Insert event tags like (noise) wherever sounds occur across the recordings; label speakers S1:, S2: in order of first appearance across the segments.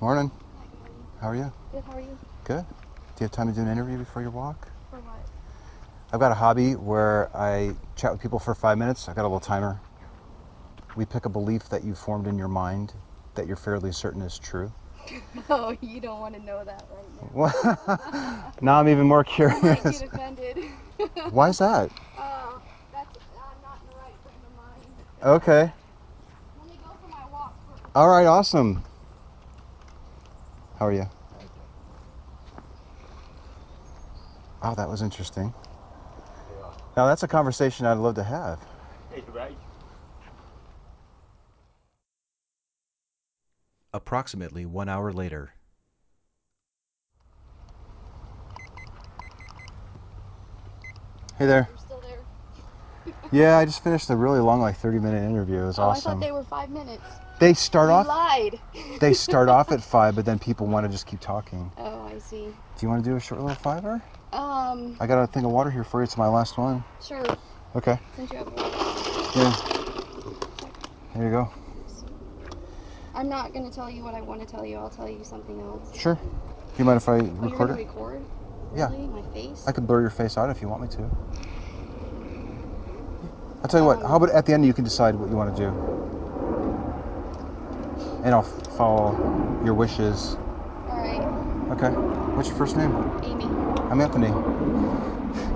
S1: Morning. How are you?
S2: Good, how are you?
S1: Good. Do you have time to do an interview before your walk?
S2: For what?
S1: I've got a hobby where I chat with people for five minutes. I've got a little timer. We pick a belief that you formed in your mind that you're fairly certain is true.
S2: (laughs) Oh, you don't want to know that right
S1: (laughs)
S2: now.
S1: Now I'm even more (laughs)
S2: I might
S1: curious.
S2: get offended.
S1: Why is that?
S2: Oh, (laughs) that's, I'm not in the right frame of mind.
S1: Okay.
S2: Let me go for my walk first.
S1: All right, awesome. How are you? Oh, that was interesting. Now, that's a conversation I'd love to have.
S3: Right.
S1: Approximately one hour later. Hey there.
S2: You're still there.
S1: Yeah, I just finished a really long, like 30 minute interview. It was
S2: Oh, I
S1: awesome.
S2: thought they were five minutes.
S1: they start
S2: you
S1: off.
S2: lied. (laughs)
S1: They start off at five, but then people want to just keep talking.
S2: Oh, I see.
S1: Do you want to do a short little fiver?
S2: Um,
S1: I got a thing of water here for you. It's my last one.
S2: sure.
S1: Okay.
S2: Since you have one.
S1: Yeah. There you go.
S2: I'm not going to tell you what I want to tell you. I'll tell you something else.
S1: Sure. Do you mind if I
S2: Oh, you're
S1: record
S2: gonna
S1: it?
S2: record?
S1: Yeah.
S2: Really? My face?
S1: I could blur your face out if you want me to. I'll tell you what. How about at the end you can decide what you want to do, and I'll f- follow your wishes.
S2: All right.
S1: Okay. What's your first name?
S2: Amy,
S1: I'm Anthony. (laughs)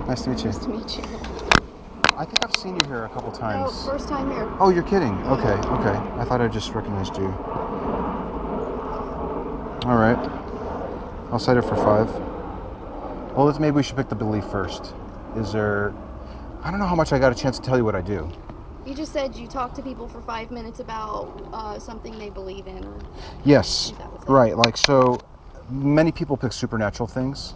S1: Nice to meet you.
S2: nice to meet you.
S1: I think I've seen you here a couple
S2: No,
S1: times.
S2: first time here.
S1: Oh, you're kidding. Okay, okay. I thought I just recognized you. All right. I'll cite it for five. Well, let's, maybe we should pick the belief first. Is there. I don't know how much I got a chance to tell you what I do.
S2: You just said you talk to people for five minutes about uh, something they believe in. Or,
S1: Yes.
S2: Is that what's up?
S1: Right. Like, so many people pick supernatural things.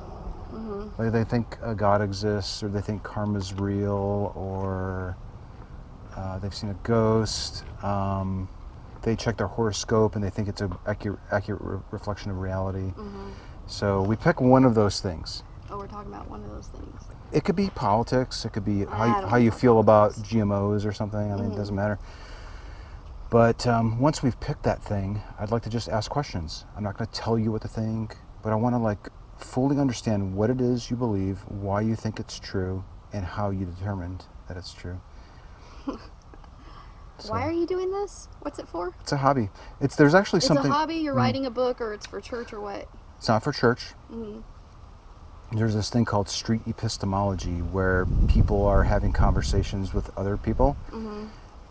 S1: Like, they think uh, God exists, or they think karma's real, or uh, they've seen a ghost. Um, they check their horoscope and they think it's an accurate, accurate re- reflection of reality. So we pick one of those things.
S2: oh, we're talking about one of those things.
S1: It could be politics. It could be how
S2: I
S1: you,
S2: don't Mm-hmm.
S1: how you
S2: know.
S1: feel about GMOs or something. I mean, it doesn't matter. But um, once we've picked that thing, I'd like to just ask questions. I'm not going to tell you what to think, but I want to like fully understand what it is you believe, why you think it's true, and how you determined that it's true. So,
S2: Why are you doing this? What's it for?
S1: It's a hobby. It's there's actually
S2: It's
S1: something. Mm.
S2: a hobby. You're writing a book, or it's for church, or what?
S1: It's not for church. There's this thing called street epistemology where people are having conversations with other people.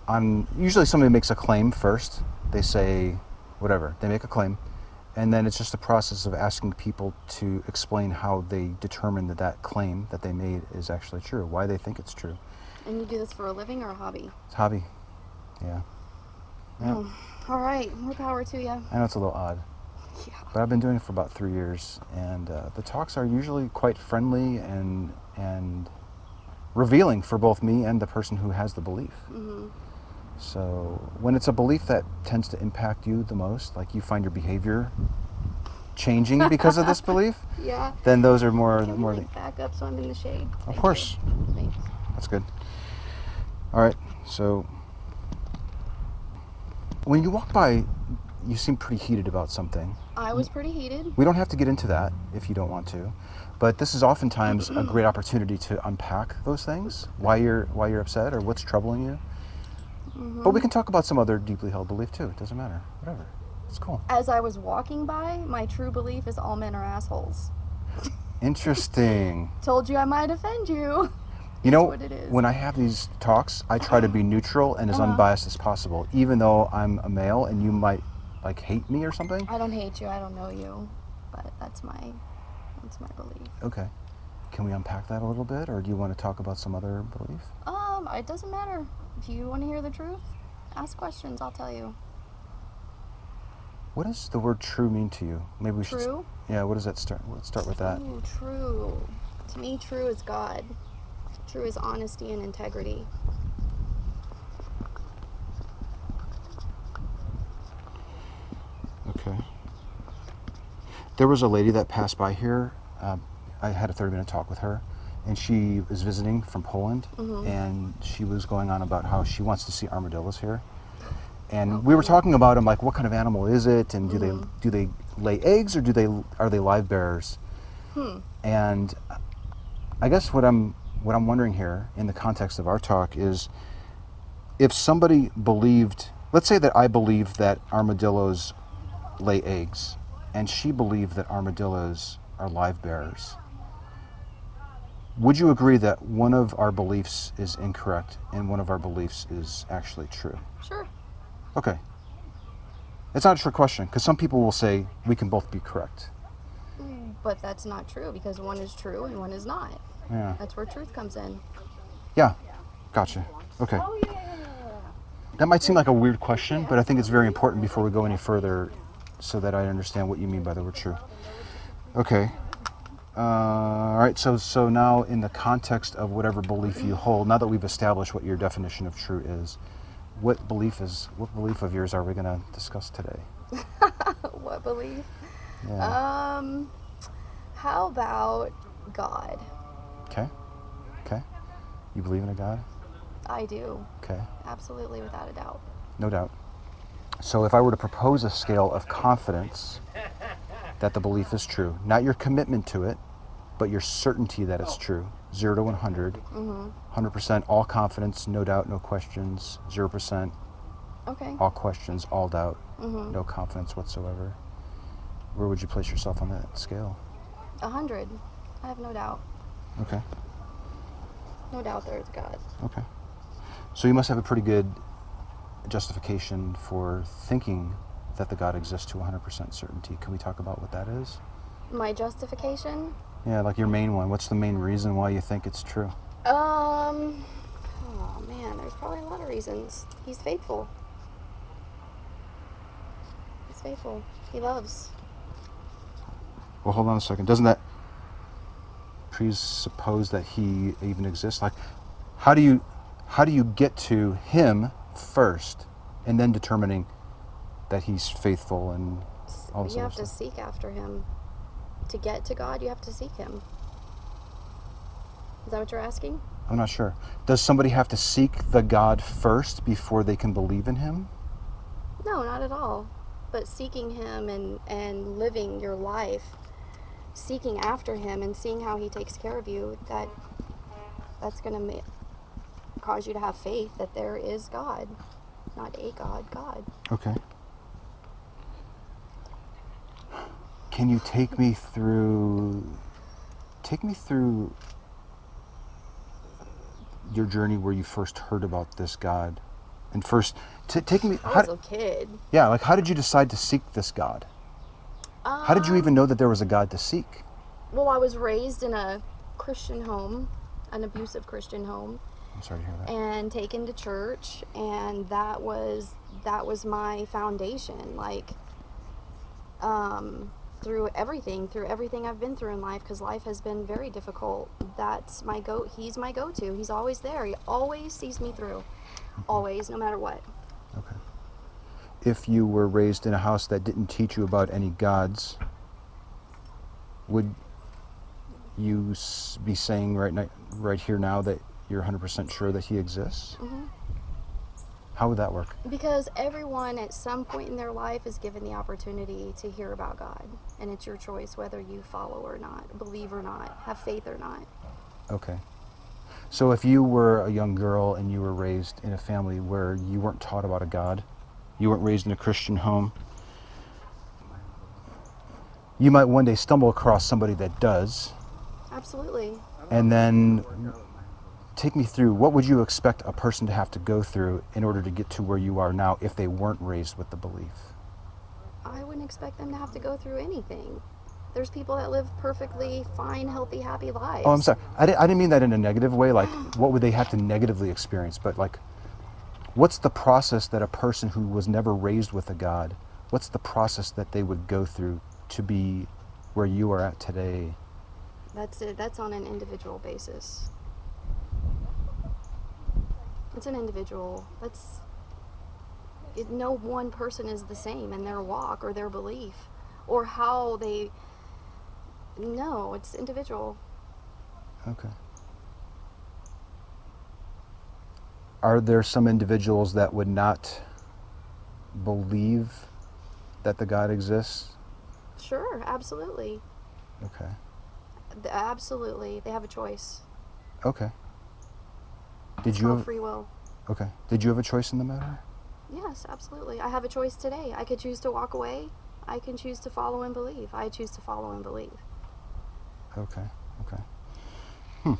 S1: On usually somebody makes a claim first. They say whatever. They make a claim, and then it's just a process of asking people to explain how they determine that that claim that they made is actually true, why they think it's true.
S2: And you do this for a living or a hobby?
S1: It's a hobby. Yeah,
S2: All right, more power to you.
S1: I know it's a little odd.
S2: (laughs) Yeah.
S1: but I've been doing it for about three years, and uh, the talks are usually quite friendly and and revealing for both me and the person who has the belief. So when it's a belief that tends to impact you the most, like you find your behavior changing because of this belief,
S2: Yeah.
S1: then those are more
S2: Can we,
S1: more.
S2: like, back up so I'm in the shade? Thank you.
S1: course.
S2: Thanks.
S1: That's good. All right. So when you walk by, you seem pretty heated about something.
S2: I was pretty heated.
S1: We don't have to get into that if you don't want to, but this is oftentimes a great opportunity to unpack those things, why you're why you're upset or what's troubling you. But we can talk about some other deeply held belief too. It doesn't matter. Whatever. It's cool.
S2: As I was walking by, my true belief is all men are assholes.
S1: Interesting.
S2: Told you I might offend you. (laughs)
S1: You know,
S2: what it is. Uh-huh.
S1: when I have these talks, I try to be neutral and as unbiased as possible, even though I'm a male and you might like hate me or something.
S2: I don't hate you. I don't know you, but that's my that's my belief.
S1: Okay. Can we unpack that a little bit or do you want to talk about some other belief?
S2: Um, it doesn't matter. If you want to hear the truth, ask questions. I'll tell you.
S1: What does the word true mean to you? Maybe we should.
S2: True?
S1: Yeah, what does that start? Let's start with that.
S2: Ooh, true. To me, true is God. True is honesty and integrity.
S1: Okay. There was a lady that passed by here. Um, I had a 30 minute talk with her, and she was visiting from Poland, and she was going on about how she wants to see armadillos here. And
S2: Oh,
S1: we were
S2: cool.
S1: talking about them, like what kind of animal is it, and do they do they lay eggs or do they are they live bearers? And I guess what I'm what I'm wondering here in the context of our talk is if somebody believed let's say that I believe that armadillos lay eggs and she believed that armadillos are live bearers. Would you agree that one of our beliefs is incorrect and one of our beliefs is actually true?
S2: Sure.
S1: Okay. It's not a trick question because some people will say we can both be correct.
S2: But that's not true because one is true and one is not.
S1: Yeah.
S2: That's where truth comes in.
S1: Yeah. Gotcha. Okay. That might seem like a weird question, but I think it's very important before we go any further so that I understand what you mean by the word true. Okay. Uh, all right. So, so now in the context of whatever belief you hold, now that we've established what your definition of true is, what belief is what belief of yours are we going to discuss today?
S2: (laughs) what belief?
S1: Yeah.
S2: Um, how about God?
S1: Okay. Okay. You believe in a God?
S2: I do.
S1: Okay.
S2: Absolutely, without a doubt.
S1: No doubt. So, if I were to propose a scale of confidence that the belief is true, not your commitment to it, but your certainty that it's true, 0 to 100,
S2: Mm-hmm.
S1: 100% all confidence, no doubt, no questions, 0%
S2: Okay.
S1: all questions, all doubt,
S2: Mm-hmm.
S1: Oh, no confidence whatsoever, where would you place yourself on that scale?
S2: A hundred. I have no doubt.
S1: Okay,
S2: No doubt there is God.
S1: okay. So, you must have a pretty good justification for thinking that the God exists to 100% certainty. Can we talk about what that is?
S2: My justification?
S1: Yeah, like your main one. What's the main reason why you think it's true?
S2: Um. Oh man, there's probably a lot of reasons. He's faithful. He's faithful. He loves.
S1: Well, hold on a second. Doesn't that presuppose that he even exists? Like, how do you how do you get to him first, and then determining that he's faithful and
S2: S-
S1: all this
S2: You
S1: other
S2: have to
S1: stuff?
S2: seek after him. To get to God, you have to seek him. Is that what you're asking?
S1: I'm not sure. Does somebody have to seek the God first before they can believe in him?
S2: No, not at all. But seeking him and and living your life, seeking after him and seeing how he takes care of you, that that's going to ma- cause you to have faith that there is God, not a God, God.
S1: Okay. Can you take me through take me through your journey where you first heard about this God, and first t- take me.
S2: I
S1: How,
S2: was a kid.
S1: yeah, like how did you decide to seek this God?
S2: Um,
S1: How did you even know that there was a God to seek?
S2: Well, I was raised in a Christian home, an abusive Christian home,
S1: I'm sorry to hear that.
S2: and taken to church, and that was that was my foundation. Like, um, through everything, through everything I've been through in life, because life has been very difficult. That's my go. He's my go-to. He's always there. He always sees me through, always, no matter what.
S1: Okay. If you were raised in a house that didn't teach you about any gods, would you s- be saying right now, right here now that you're 100% sure that he exists?
S2: hmm
S1: How would that work?
S2: Because everyone at some point in their life is given the opportunity to hear about God, and it's your choice whether you follow or not, believe or not, have faith or not.
S1: Okay. So if you were a young girl and you were raised in a family where you weren't taught about a God, you weren't raised in a Christian home, you might one day stumble across somebody that does,
S2: Absolutely.
S1: and then take me through what would you expect a person to have to go through in order to get to where you are now if they weren't raised with the belief
S2: I wouldn't expect them to have to go through anything. There's people that live perfectly fine, healthy, happy lives.
S1: oh i'm sorry i, di- I didn't mean that in a negative way like what would they have to negatively experience but like what's the process that a person who was never raised with a god what's the process that they would go through to be where you are at today?
S2: That's it. That's on an individual basis. It's an individual. That's it, no one person is the same in their walk or their belief or how they. No, it's individual.
S1: Okay. Are there some individuals that would not believe that the God exists?
S2: Sure, absolutely,
S1: Okay.
S2: Th- absolutely. They have a choice.
S1: Okay. Did
S2: It's
S1: you
S2: called
S1: have,
S2: free will.
S1: okay? Did you have a choice in the matter?
S2: Yes, absolutely. I have a choice today. I could choose to walk away. I can choose to follow and believe. I choose to follow and believe.
S1: Okay. Okay. Hmm.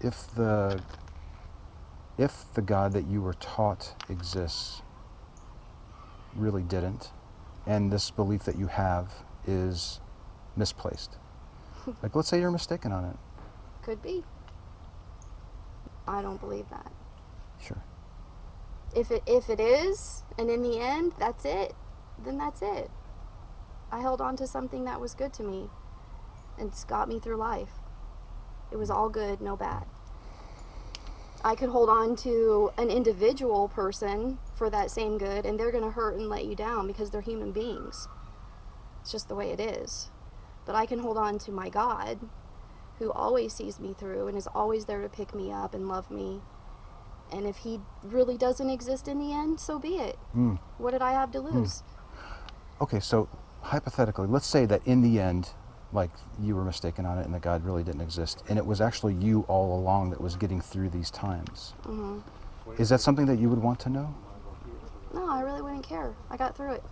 S1: If the if the God that you were taught exists really didn't, and this belief that you have is misplaced, like let's say you're mistaken on it.
S2: Could be. I don't believe that.
S1: Sure.
S2: If it if it is, and in the end, that's it, then that's it. I held on to something that was good to me, and it's got me through life. It was all good, no bad. I could hold on to an individual person for that same good, and they're going to hurt and let you down because they're human beings. It's just the way it is. But I can hold on to my God, who always sees me through and is always there to pick me up and love me. And if he really doesn't exist in the end, so be it.
S1: Hmm.
S2: What did I have to lose?
S1: Okay. So hypothetically, let's say that in the end, like you were mistaken on it, and that God really didn't exist, and it was actually you all along that was getting through these times.
S2: hmm
S1: Is that something that you would want to know?
S2: No, I really wouldn't care. I got through it.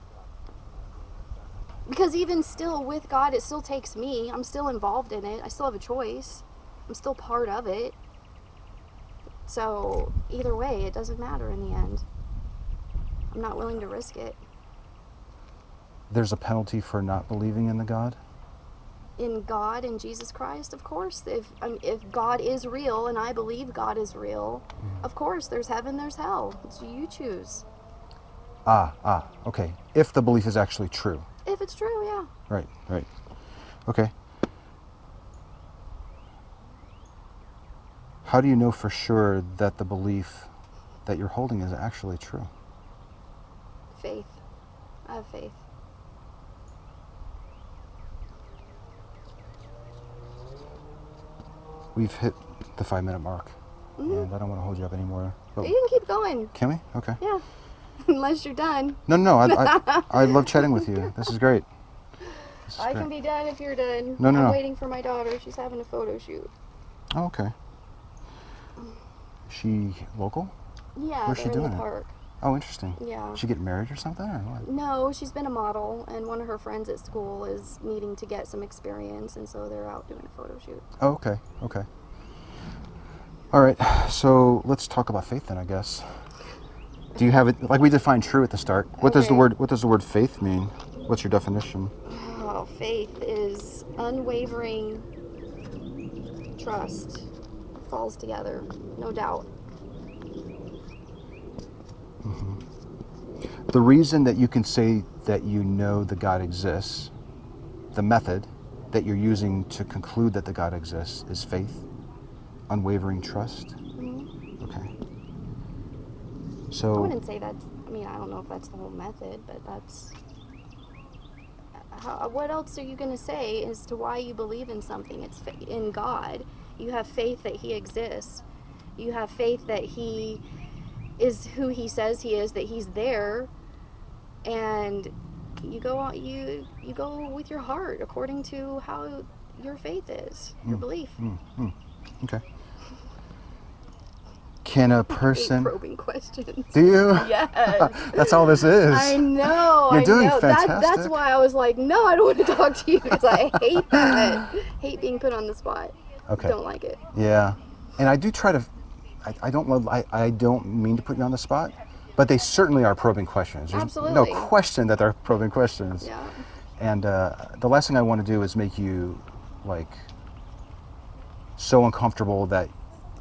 S2: Because even still with God, it still takes me. I'm still involved in it. I still have a choice. I'm still part of it. So either way, it doesn't matter in the end. I'm not willing to risk it.
S1: There's a penalty for not believing in the God.
S2: In God and Jesus Christ, of course. If um, if God is real and I believe God is real,
S1: Mm-hmm.
S2: of course there's heaven, there's hell. It's you choose.
S1: Ah, ah, okay. If the belief is actually true.
S2: If it's true, yeah.
S1: Right, right. Okay. How do you know for sure that the belief that you're holding is actually true?
S2: Faith. I have faith.
S1: We've hit the five minute mark,
S2: Mhm.
S1: and I don't want to hold you up anymore. But
S2: You can keep going.
S1: can we? Okay.
S2: Yeah. (laughs) Unless you're done.
S1: No, no, I, I, I
S2: (laughs)
S1: love chatting with you. This is great. This is
S2: I
S1: great.
S2: can be done if you're done.
S1: No, no,
S2: I'm
S1: no.
S2: waiting for my daughter. She's having a photo shoot.
S1: Oh, okay. Is she local?
S2: Yeah,
S1: Where's she
S2: they're in the
S1: doing it?
S2: park.
S1: Oh, interesting.
S2: Yeah.
S1: Is she getting married or something? Or what?
S2: No, she's been a model, and one of her friends at school is needing to get some experience, and so they're out doing a photo shoot.
S1: Oh, okay. Okay. All right. So let's talk about faith then, I guess. Do you have it like we defined true at the start? What does the
S2: Okay.
S1: word what does the word faith mean? What's your definition?
S2: Oh, faith is unwavering trust. Falls together, no doubt.
S1: The reason that you can say that you know the God exists, the method that you're using to conclude that the God exists is faith, unwavering trust.
S2: Mhm.
S1: Okay.
S2: I
S1: So
S2: wouldn't say that's. I mean, I don't know if that's the whole method, but that's. How, what else are you going to say as to why you believe in something? It's fa- in God. You have faith that He exists. You have faith that He is who He says He is. That He's there. and you go on you you go with your heart according to how your faith is your belief
S1: okay. Can a
S2: I hate
S1: person
S2: probing (laughs) questions
S1: do you
S2: yes
S1: that's all this is.
S2: (laughs) i know
S1: You're
S2: i
S1: doing
S2: know that that's
S1: fantastic.
S2: why i was like no i don't want to talk to you because i hate that
S1: (laughs)
S2: hate being put on the spot
S1: Okay.
S2: don't like it
S1: Yeah, and I do try to. I, I don't love. I, I don't mean to put you on the spot, but they certainly are probing questions. There's no
S2: absolutely
S1: question that they're probing questions.
S2: yeah
S1: And uh, the last thing I want to do is make you like so uncomfortable that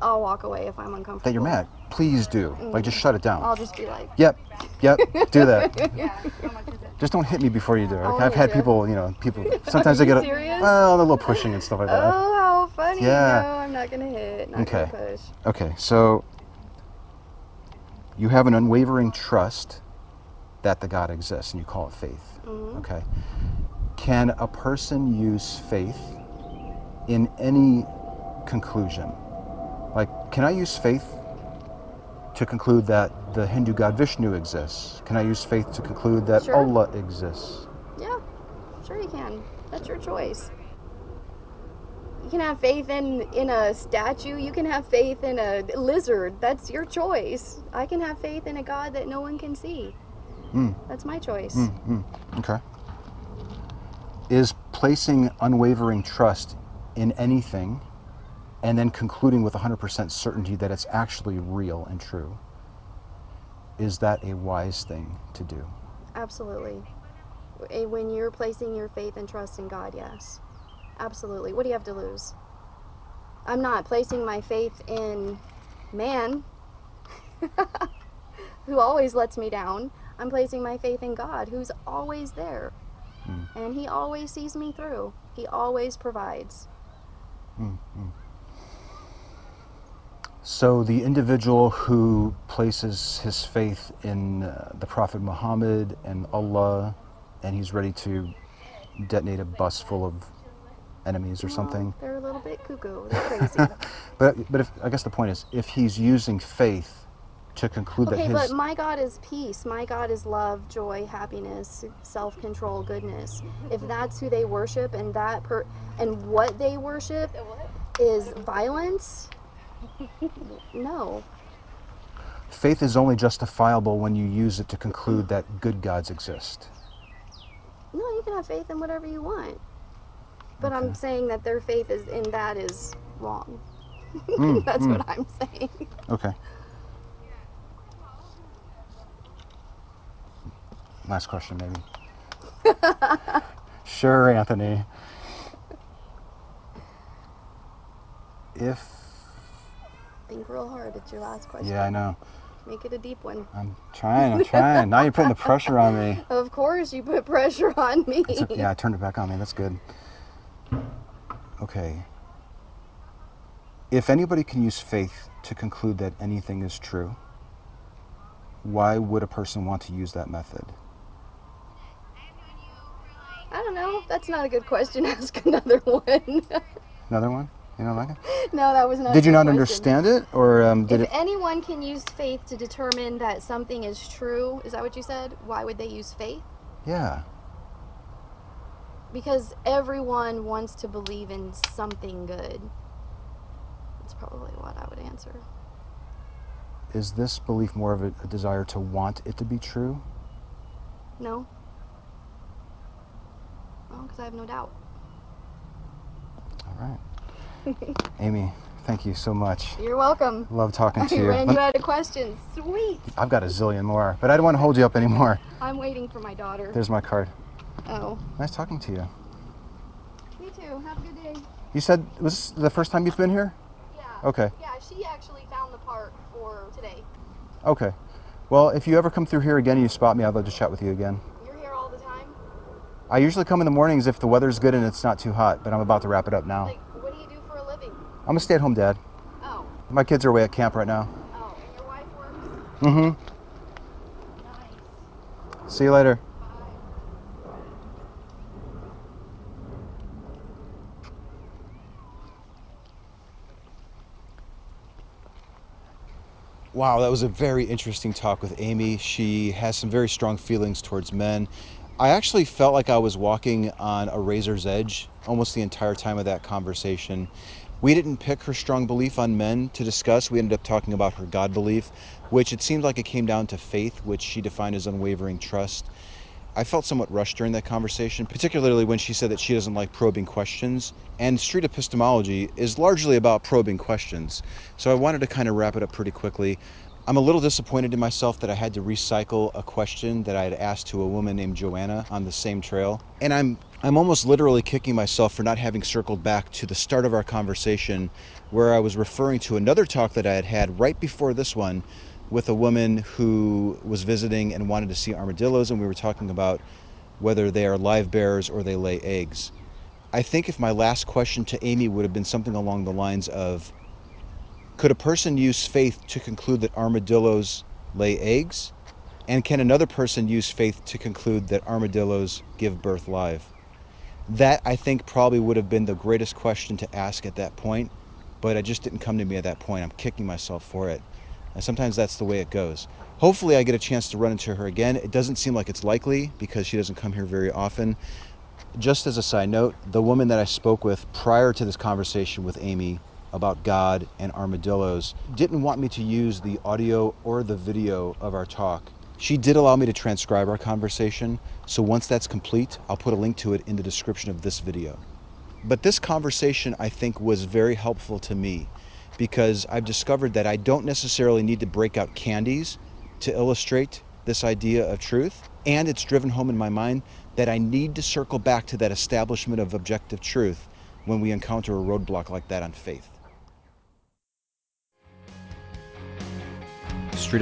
S2: I'll walk away if I'm uncomfortable.
S1: that you're mad. Please do. Like, just shut it down.
S2: I'll just be like,
S1: Yep.
S2: (laughs)
S1: Yep. Do that.
S3: Yeah, how much is it?
S1: Just don't hit me before you do. Like,
S2: won't
S1: I've
S2: hit
S1: had
S2: ya.
S1: people, you know,
S2: (laughs)
S1: people. Sometimes they
S2: Oh, you
S1: get a,
S2: serious?
S1: well, a little pushing and stuff like that.
S2: (laughs) oh, how funny.
S1: Yeah.
S2: No, I'm not going to hit. Not
S1: Okay.
S2: going to push.
S1: Okay, so you have an unwavering trust that the God exists, and you call it faith.
S2: Mhm.
S1: Okay, can a person use faith in any conclusion? Like, can I use faith to conclude that the Hindu god Vishnu exists? Can I use faith to conclude that
S2: Sure.
S1: Allah exists?
S2: Yeah, sure you can. That's your choice. You can have faith in in a statue. You can have faith in a lizard. That's your choice. I can have faith in a god that no one can see.
S1: Mm.
S2: That's my choice.
S1: Hmm, Okay. Is placing unwavering trust in anything and then concluding with 100% certainty that it's actually real and true, is that a wise thing to do?
S2: Absolutely. Eh, When you're placing your faith and trust in God, yes. Absolutely. What do you have to lose? I'm not placing my faith in man, (laughs) who always lets me down. I'm placing my faith in God, who's always there. And He always sees me through, He always provides.
S1: So, the individual who places his faith in uh, the Prophet Muhammad and Allah, and he's ready to detonate a bus full of enemies or
S2: Well,
S1: something.
S2: they're a little bit cuckoo. They're crazy.
S1: But, but if, I guess the point is if he's using faith to conclude
S2: okay,
S1: that his.
S2: but my God is peace. My God is love, joy, happiness, self-control, goodness. If
S1: Mm-hmm.
S2: that's who they worship and that per- and what they worship
S3: The what?
S2: is violence, no.
S1: Faith is only justifiable when you use it to conclude that good gods
S2: (laughs)
S1: exist.
S2: No, you can have faith in whatever you want. But I'm
S1: Okay.
S2: saying that their faith is in that is wrong.
S1: Mm,
S2: (laughs) That's
S1: mm.
S2: what I'm saying.
S1: Okay. Last question, maybe.
S2: (laughs)
S1: sure, Anthony. If
S2: Think real hard. It's your last question.
S1: yeah, I know.
S2: Make it a deep one.
S1: I'm trying. I'm trying. now you're putting the pressure on me.
S2: Of course, you put pressure on me.
S1: It's
S2: (laughs)
S1: okay. Yeah, I turned it back on me. That's good. Okay. If anybody can use faith to conclude that anything is true, why would a person want to use that method?
S2: I don't know. That's not a good question. (laughs) Ask another one. (laughs)
S1: Another one? You know, like it?
S2: no, that was not. a
S1: Did you not
S2: good question.
S1: understand it, or um, did
S2: If
S1: it?
S2: anyone can use faith to determine that something is true, is that what you said? Why would they use faith?
S1: Yeah.
S2: Because everyone wants to believe in something good. That's probably what I would answer.
S1: Is this belief more of a, a desire to want it to be true?
S2: No. Well, because I have no doubt.
S1: All right.
S2: (laughs)
S1: Amy, thank you so much.
S2: You're welcome.
S1: Love talking
S2: (laughs) I
S1: to you.
S2: ran
S1: Lem-
S2: you out of questions. Sweet.
S1: I've got a zillion more, but I don't want to hold you up anymore.
S2: I'm waiting for my daughter.
S1: There's my card.
S2: Oh.
S1: Nice talking to you.
S2: Me too. Have a good day.
S1: You said was this the first time you've been here?
S2: Yeah.
S1: Okay.
S2: Yeah, she actually found the park for today.
S1: Okay. Well, if you ever come through here again and you spot me, I'd love to chat with you again.
S2: You're here all the time.
S1: I usually come in the mornings if the weather's good and it's not too hot, but I'm about to wrap it up now.
S2: Like, what do you do for a living?
S1: I'm a stay-at-home dad.
S2: Oh.
S1: My kids are away at camp right now.
S2: Oh, and your wife works?
S1: Mm-hmm.
S3: Nice.
S1: See you later. Wow, that was a very interesting talk with Amy. She has some very strong feelings towards men. I actually felt like I was walking on a razor's edge almost the entire time of that conversation. We didn't pick her strong belief on men to discuss. We ended up talking about her God belief, which it seemed like it came down to faith, which she defined as unwavering trust. I felt somewhat rushed during that conversation, particularly when she said that she doesn't like probing questions. And street epistemology is largely about probing questions. So I wanted to kind of wrap it up pretty quickly. I'm a little disappointed in myself that I had to recycle a question that I had asked to a woman named Joanna on the same trail. And I'm I'm almost literally kicking myself for not having circled back to the start of our conversation where I was referring to another talk that I had had right before this one with a woman who was visiting and wanted to see armadillos and we were talking about whether they are live bears or they lay eggs. I think if my last question to Amy would have been something along the lines of could a person use faith to conclude that armadillos lay eggs? And can another person use faith to conclude that armadillos give birth live? That I think probably would have been the greatest question to ask at that point, but it just didn't come to me at that point. I'm kicking myself for it. And sometimes that's the way it goes. Hopefully, I get a chance to run into her again. It doesn't seem like it's likely because she doesn't come here very often. Just as a side note, the woman that I spoke with prior to this conversation with Amy about God and armadillos didn't want me to use the audio or the video of our talk. She did allow me to transcribe our conversation, so once that's complete, I'll put a link to it in the description of this video. But this conversation, I think, was very helpful to me because I've discovered that I don't necessarily need to break out candies to illustrate this idea of truth. And it's driven home in my mind that I need to circle back to that establishment of objective truth when we encounter a roadblock like that on faith. Street